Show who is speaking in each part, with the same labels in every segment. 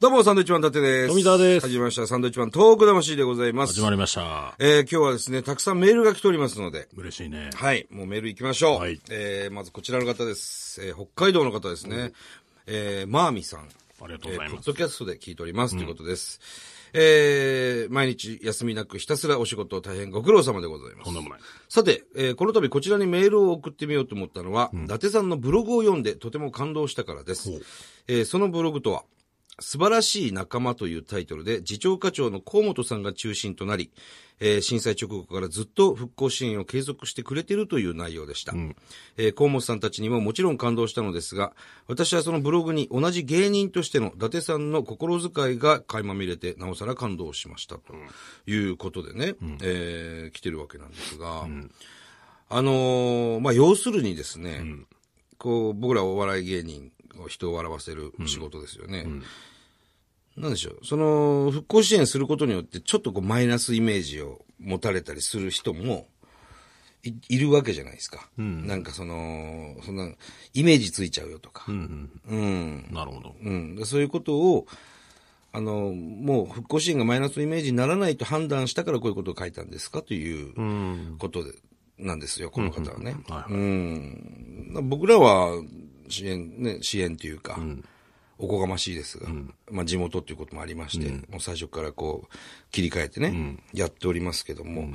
Speaker 1: どうも、サンドイッチマン伊達です。
Speaker 2: 富澤です
Speaker 1: 始まりました。サンドイッチマントーク魂でございます。
Speaker 2: 始まりました。
Speaker 1: えー、今日はですね、たくさんメールが来ておりますので、
Speaker 2: 嬉しいね。
Speaker 1: はい、もうメール行きましょう。
Speaker 2: はい
Speaker 1: えー、まずこちらの方です。えー、北海道の方ですね。えー、マーミさん。
Speaker 2: ありがとうござい
Speaker 1: えーポ
Speaker 2: ま
Speaker 1: ッ
Speaker 2: す。
Speaker 1: ドキャストで聞いております、ということです。えー、毎日休みなくひたすらお仕事を大変ご苦労様でございま
Speaker 2: と
Speaker 1: す
Speaker 2: んで。もない。
Speaker 1: さて、えーこの度こちらにメールを送ってみようと思ったのは、伊達さんのブログを読んでとても感動したからです
Speaker 2: ほう。
Speaker 1: えーそのブログとは、素晴らしい仲間というタイトルで、次長課長の河本さんが中心となり、えー震災直後からずっと復興支援を継続してくれているという内容でした。えー河本さんたちにももちろん感動したのですが、私はそのブログに同じ芸人としての伊達さんの心遣いが垣間見れて、なおさら感動しました。ということでね、えー来てるわけなんですが、あのーまあ、要するにですね、こう、僕らお笑い芸人を人を笑わせる仕事ですよね。なんでしょう。その、復興支援することによって、ちょっとこう、マイナスイメージを持たれたりする人も、いいるわけじゃないですか。なんかその、そんな、イメージついちゃうよとか。うん
Speaker 2: なるほど。
Speaker 1: うん、でそういうことを、あの、もう復興支援がマイナスイメージにならないと判断したからこういうことを書いたんですかということで、なんですよ、この方はね。
Speaker 2: はい
Speaker 1: うん、僕らは支援、ね、支援というか、おこがましいですが、まあ地元ということもありまして、もう最初からこう、切り替えてね、やっておりますけども、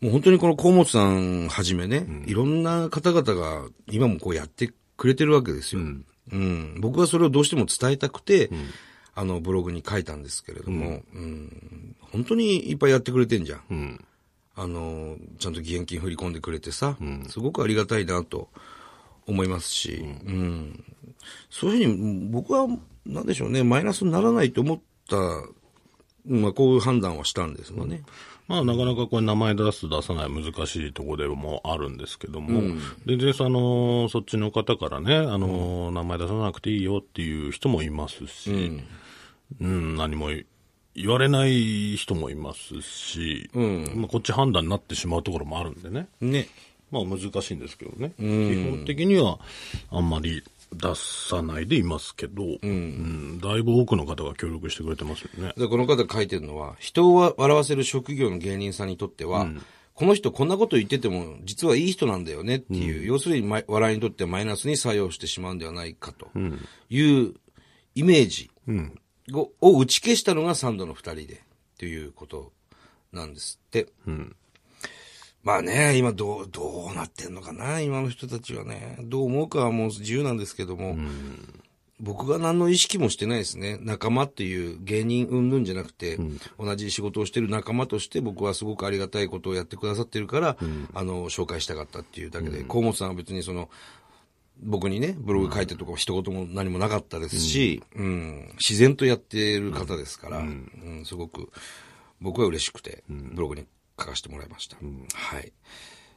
Speaker 1: もう本当にこの河本さんはじめね、いろんな方々が今もこうやってくれてるわけですよ。うん。僕はそれをどうしても伝えたくて、あのブログに書いたんですけれども、うん本当にいっぱいやってくれてんじゃん。
Speaker 2: うん。
Speaker 1: あの、ちゃんと義援金振り込んでくれてさ、すごくありがたいなと思いますし、うんそういうふうに僕は、なんでしょうね、マイナスにならないと思った、まあこういう判断はしたんですよね。
Speaker 2: まあ、なかなかこれ名前出す出さない難しいところでもあるんですけども、全然その、そっちの方からね、あの、名前出さなくていいよっていう人もいますし、うん、何も言われない人もいますし、まあ、こっち判断になってしまうところもあるんでね。
Speaker 1: ね。
Speaker 2: まあ難しいんですけどね。基本的にはあんまり出さないでいますけど、うんだいぶ多くの方が協力してくれてますよね。
Speaker 1: で、この方が書いてるのは、人を笑わせる職業の芸人さんにとっては、この人こんなこと言ってても、実はいい人なんだよねっていう、要するにま笑いにとってマイナスに作用してしまうんではないかというイメージを,、打ち消したのがサンドの二人で、ということなんですって。まあね、今どう、どうなってんのかな、今の人たちはね。どう思うかはもう自由なんですけども、僕が何の意識もしてないですね。仲間っていう芸人うんぬんじゃなくて、同じ仕事をしてる仲間として僕はすごくありがたいことをやってくださってるから、あの、紹介したかったっていうだけで、河、本さんは別にその、僕にね、ブログ書いてるとか一言も何もなかったですし、うん、自然とやってる方ですから、うん、すごく僕は嬉しくて、ブログに書かせてもらいました。はい。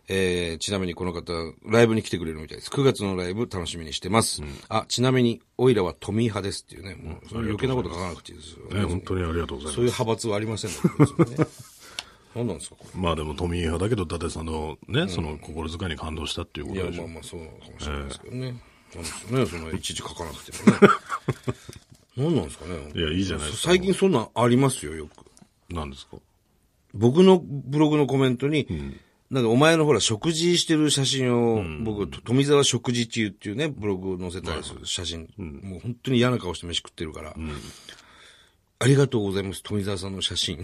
Speaker 1: えー、ちなみにこの方、ライブに来てくれるみたいです。9月のライブ楽しみにしてます。あ、ちなみに、オイラは富派ですっていうね、もう、その余計なこと書かなくていいですよ、
Speaker 2: ね本当にありがとうご
Speaker 1: そういう
Speaker 2: ざいます。
Speaker 1: 派閥はありません ので、ね、何なんですか、こ
Speaker 2: まあでも富井派だけど、伊達さんのね、その心遣いに感動したっていうこ
Speaker 1: れ。い
Speaker 2: と
Speaker 1: や、
Speaker 2: でし
Speaker 1: まあ
Speaker 2: ょ。
Speaker 1: まあ、そうかもしれないですけどね。そうですよね、その、いちいち書かなくても ね。何なんですかね。
Speaker 2: いやいいじゃないですか
Speaker 1: 最近そんなんありますよ、よく。
Speaker 2: なんですか
Speaker 1: 僕のブログのコメントに、なんかお前のほら食事してる写真を、僕、と富澤食事中っていうね、ブログを載せたりする写真、もう本当に嫌な顔して飯食ってるから、ありがとうございます、富澤さんの写真。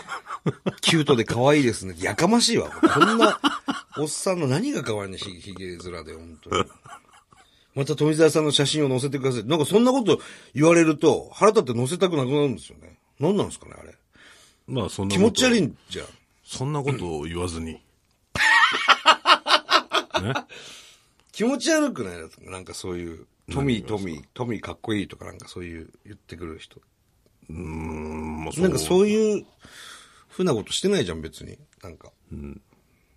Speaker 1: キュートで可愛いですね。やかましいわ。こんな、おっさんの何が可愛いのひひげ面で、本当に。また富澤さんの写真を載せてください。なんかそんなこと言われると、腹立って載せたくなくなるんですよね。何なんですかね、あれ。
Speaker 2: まあそんな
Speaker 1: 気
Speaker 2: こと
Speaker 1: 持ち悪いんじゃん。
Speaker 2: そんなことを言わずに。ね、
Speaker 1: 気持ち悪くないなんかそういう、トミー、トミー、トミーかっこいいとかなんかそういう言ってくる人。
Speaker 2: うんまあ、そ
Speaker 1: な
Speaker 2: うん
Speaker 1: かそういうふうなことしてないじゃん、別に。なんか。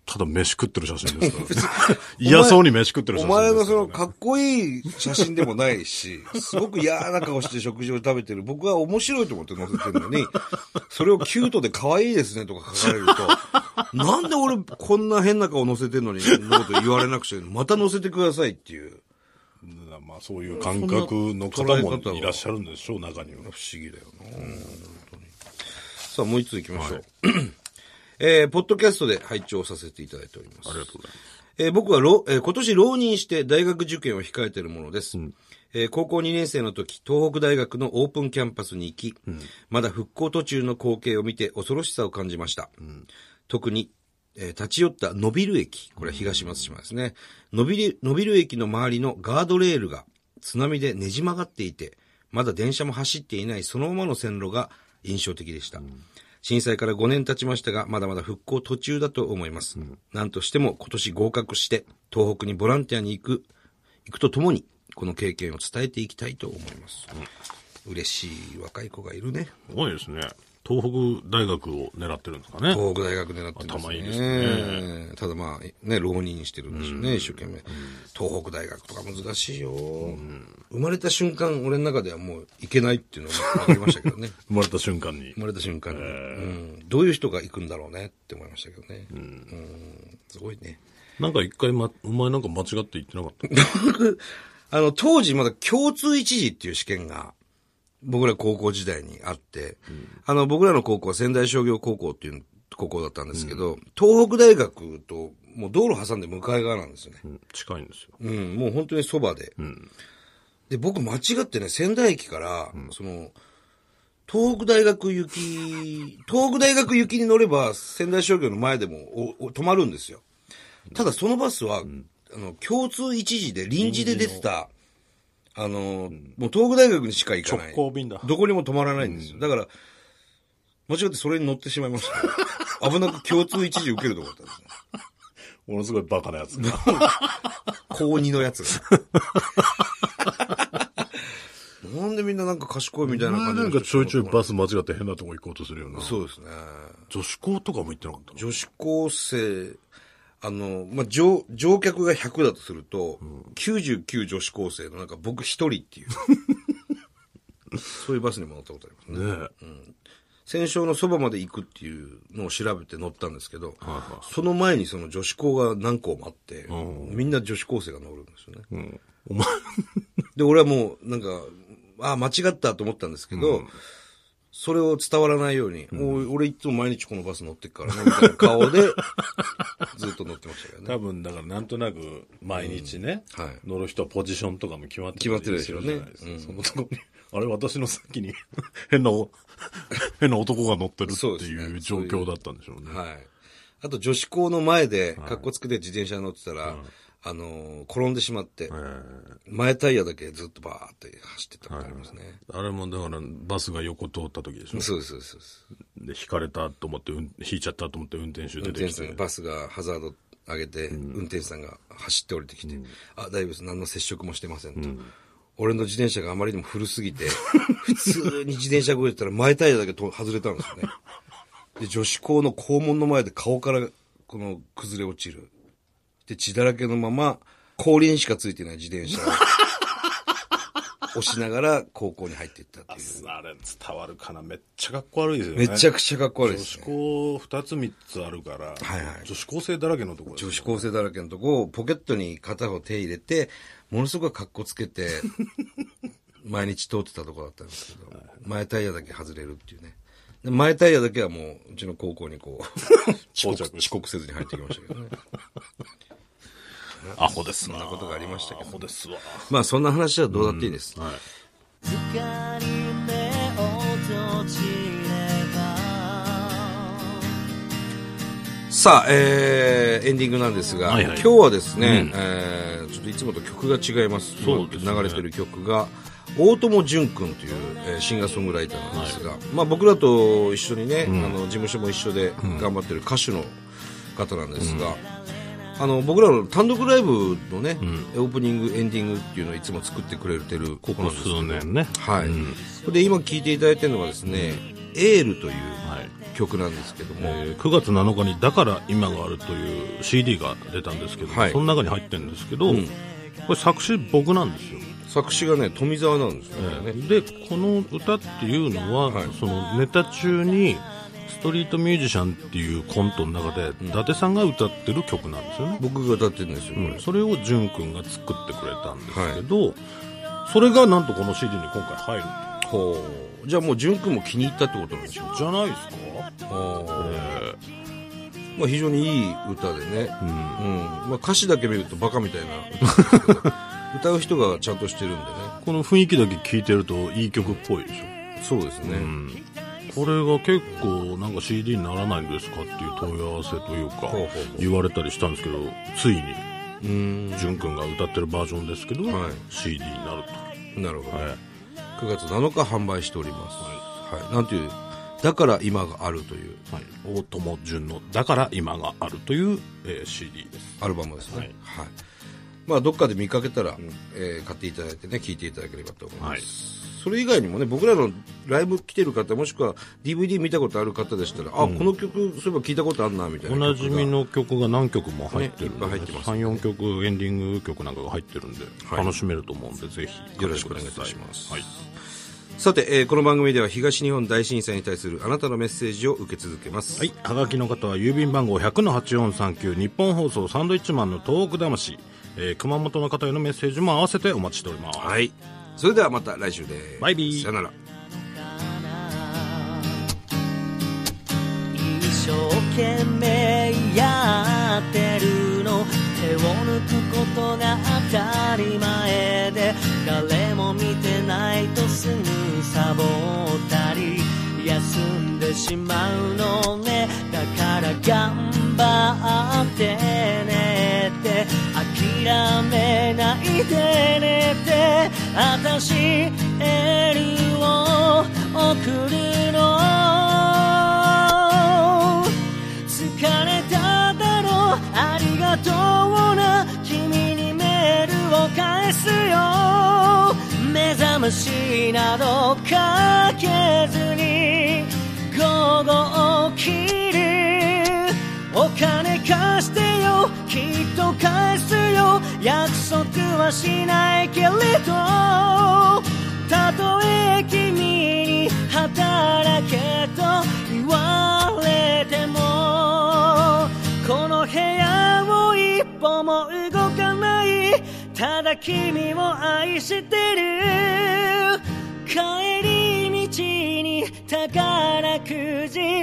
Speaker 2: ただ飯食ってる写真で すから。嫌そうに飯食ってる写
Speaker 1: お
Speaker 2: 真です
Speaker 1: 前
Speaker 2: から、
Speaker 1: がそのかっこいい写真でもないし、すごく嫌な顔して食事を食べてる。僕は面白いと思って載せてるのに、それをキュートで可愛いですねとか書かれると、なんで俺こんな変な顔載せてるのに、そんなこと言われなくちゃいけないまた載せてくださいっていう。
Speaker 2: まあまあそういう感覚の方もいらっしゃるんでしょう、中には。
Speaker 1: 不思議だよな、本当にさあ、もう一つ行きましょう。 えーポッドキャストで拝聴させていただいております。
Speaker 2: ありがとうござい
Speaker 1: えー僕はろ、えー今年浪人して大学受験を控えているものです。えー高校2年生の時、東北大学のオープンキャンパスに行き、まだ復興途中の光景を見て恐ろしさを感じました。特に、えー立ち寄った伸びる駅、これは東松島ですね。伸びる、伸びる駅の周りのガードレールが津波でねじ曲がっていて、まだ電車も走っていないそのままの線路が印象的でした。震災から5年経ちましたが、まだまだ復興途中だと思います。なんとしても今年合格して、東北にボランティアに行く、行くとともに、この経験を伝えていきたいと思います。嬉しい若い子がいるね。
Speaker 2: ます。すごいですね。東北大学を狙ってるんですかね。
Speaker 1: 東北大学狙ってるんです
Speaker 2: 頭
Speaker 1: ね。
Speaker 2: いいですね
Speaker 1: ただまあ、ね、浪人してるんでしょうね、一生懸命。東北大学とか難しいよ、生まれた瞬間、俺の中ではもう行けないっていうのが分かりましたけどね。
Speaker 2: 生まれた瞬間に
Speaker 1: 生。まれた瞬間に、うん、どういう人が行くんだろうねって思いましたけどね。うん、すごいね。
Speaker 2: なんか一回、ま、お前なんか間違って言ってなかった。
Speaker 1: あの、当時まだ共通一次っていう試験が、僕ら高校時代にあって、あの、僕らの高校は仙台商業高校っていう高校だったんですけど、東北大学と、もう道路挟んで向かい側なんですよね。
Speaker 2: うん近いんですよ。
Speaker 1: うん、もう本当にそばで。
Speaker 2: ん
Speaker 1: で、僕間違ってね、仙台駅から、その、東北大学行き、東北大学行きに乗れば仙台商業の前でもおお止まるんですよ。ただそのバスは、あの、共通一時で臨時で出てた、あの、もう東北大学にしか行かない。
Speaker 2: 直行便だ
Speaker 1: どこにも止まらないんですよ。だから、間違ってそれに乗ってしまいま した。危なく共通一時受けるとこだったんですね。
Speaker 2: ものすごいバカなやつ が。
Speaker 1: 高2のやつ。なんでみんななんか賢いみたいな感じ
Speaker 2: なん
Speaker 1: の
Speaker 2: か
Speaker 1: 人
Speaker 2: ちょいちょいバス間違って変なとこ行こうとするよな。
Speaker 1: そうですね。
Speaker 2: 女子校とかも行ってなかったの
Speaker 1: 女子高生、あの、まあ、乗、乗客が100だとすると、99女子高生のなんか僕一人 っていう。そういうバスにも乗ったことありますね。
Speaker 2: ねえ。
Speaker 1: 戦勝のそばまで行くっていうのを調べて乗ったんですけど、その前にその女子校が何校もあって、みんな女子高生が乗るんですよね。
Speaker 2: お前、
Speaker 1: で、俺はもう、なんか、ああ、間違ったと思ったんですけど、それを伝わらないように、もう俺いつも毎日このバス乗ってっからね、みたいな顔で、ずっと乗ってましたけどね。
Speaker 2: 多分だからなんとなく毎日ね、
Speaker 1: うんはい
Speaker 2: 乗る人はポジションとかも決まって
Speaker 1: 決まってるでしょうね
Speaker 2: たりするじゃないですかそのとこに、あれ私の先に 変なお、変な男が乗ってるって
Speaker 1: そうですねそう
Speaker 2: い
Speaker 1: いうう
Speaker 2: 状況だったんでしょうね。
Speaker 1: はい。あと女子校の前で、格好つけて自転車に乗ってたら、あのー転んでしまって、前タイヤだけずっとバーって走ってったことありますね。
Speaker 2: あれもだからバスが横通った時でしょ。
Speaker 1: そうです、そうですそうです。
Speaker 2: で、引かれたと思って、うん引いちゃったと思って運転手
Speaker 1: 運
Speaker 2: 出
Speaker 1: 転
Speaker 2: て
Speaker 1: 手
Speaker 2: き
Speaker 1: さんが
Speaker 2: て。
Speaker 1: バスがハザード上げて、運転手さんが走って降りてきて、あ、大丈夫です。何の接触もしてませんと。俺の自転車があまりにも古すぎて、 普通に自転車が動いてたら前タイヤだけと外れたんですよね。で、女子校の校門の前で顔からこの崩れ落ちる。で、血だらけのまま、後輪しかついてない自転車 を押しながら高校に入っていったっていう。
Speaker 2: あれ伝わるかなめっちゃかっこ悪いですよね。
Speaker 1: めちゃくちゃかっこ悪い
Speaker 2: 女
Speaker 1: です
Speaker 2: 子
Speaker 1: ね。
Speaker 2: 校二つ三つあるから、
Speaker 1: いはい
Speaker 2: 女子高生だらけのところです
Speaker 1: 女子高生だらけのとこをポケットに片方手入れて、ものすごく格好つけ て、毎日通ってたとこだったんですけど、前タイヤだけ外れるっていうね。で前タイヤだけはもう、うちの高校にこ う、遅
Speaker 2: 到着
Speaker 1: 刻遅刻せずに入ってきましたけどね。
Speaker 2: アホですな。そん
Speaker 1: なことがありましたけど
Speaker 2: アホですわ。
Speaker 1: まあそんな話はどうだっていいです。
Speaker 2: はい。
Speaker 3: 光目を閉じれば
Speaker 1: さあ、えー、エンディングなんですが、
Speaker 2: はいはい
Speaker 1: 今日はですね、えーちょっといつもと曲が違います。
Speaker 2: そうですね
Speaker 1: 流れてる曲が、大友淳君という、えーシンガーソングライターなんですが、まあ僕らと一緒にね、あの事務所も一緒で頑張ってる歌手の方なんですが、あの僕らの単独ライブのね、オープニングエンディングっていうのをいつも作ってくれてるこ
Speaker 2: この数年ね。
Speaker 1: はい、
Speaker 2: うん
Speaker 1: で今聴いていただいてるのがですね「エール」という
Speaker 2: はい。
Speaker 1: 曲なんですけども、
Speaker 2: えー9月7日に「だから今がある」という CD が出たんですけど、
Speaker 1: はい
Speaker 2: その中に入ってるんですけ
Speaker 1: う
Speaker 2: ど、
Speaker 1: ん
Speaker 2: これ作詞僕なんですよ、
Speaker 1: 作詞がね富澤なんですよ
Speaker 2: え
Speaker 1: ね、
Speaker 2: ーでこの歌っていうのは、
Speaker 1: はい
Speaker 2: そのネタ中にストリートミュージシャンっていうコントの中で、伊達さんが歌ってる曲なんですよね、
Speaker 1: 僕が歌ってるんですよ、これ
Speaker 2: それを淳君が作ってくれたんですけど、それがなんとこの CD に今回入る
Speaker 1: ほうじゃあもう淳君も気に入ったってことなんでしょう
Speaker 2: じゃないですか
Speaker 1: まあ、非常にいい歌でね、うんまあ、歌詞だけ見るとバカみたいな歌ですけど 歌う人がちゃんとしてるんでね
Speaker 2: この雰囲気だけ聞いてるといい曲っぽいでし
Speaker 1: そ
Speaker 2: ょ
Speaker 1: うですね、
Speaker 2: これが結構なんか CD にならないんですかっていう問い合わせというか
Speaker 1: ほうほうほう
Speaker 2: 言われたりしたんですけどついに淳君が歌ってるバージョンですけど、
Speaker 1: はい
Speaker 2: CD になる
Speaker 1: なるほ
Speaker 2: と、
Speaker 1: ど、
Speaker 2: はい
Speaker 1: 9月7日販売しております、はいなんていうだから今があるという
Speaker 2: はい、大友淳の「だから今がある」という、えー CD です
Speaker 1: アルバムですね、は
Speaker 2: はいい
Speaker 1: まあ、どっかで見かけたら、えー買っていただいてね聴いていただければと思います、
Speaker 2: はい
Speaker 1: それ以外にもね僕らのライブ来てる方もしくは DVD 見たことある方でしたら、あこの曲そういえば聞いたことあんなみたい
Speaker 2: お
Speaker 1: な
Speaker 2: なじみ
Speaker 1: の
Speaker 2: の曲が何曲も入ってるんで、
Speaker 1: ねいっぱい入ってますね
Speaker 2: 34曲エンディング曲なんかが入ってるんで、
Speaker 1: はい
Speaker 2: 楽しめると思うんでぜひ
Speaker 1: よろしくお願いいたします
Speaker 2: はい、
Speaker 1: さて、えーこの番組では東日本大震災に対するあなたのメッセージを受け続けます。
Speaker 2: はい、はがきの方は郵便番号100-8439日本放送サンドイッチマンの東北魂、えー熊本の方へのメッセージも合わせてお待ちしております、
Speaker 1: はい。それではまた来週です。
Speaker 2: バイビー
Speaker 1: さよなら。
Speaker 3: 一生懸命やってるの手を抜くことが当たり前で誰も見てないとすぐサボったり休んでしまうのねだから頑張ってねって諦めないでねって私エールを送るの疲れただろうありがとうな君にメールを返すよ目覚ましなどかけずに午後起きるお金貸してよきっと返すよ約束はしないけれどたとえ君に働けと言われてもこの部屋を一歩も動かないただ君を愛してる帰り道に宝くじ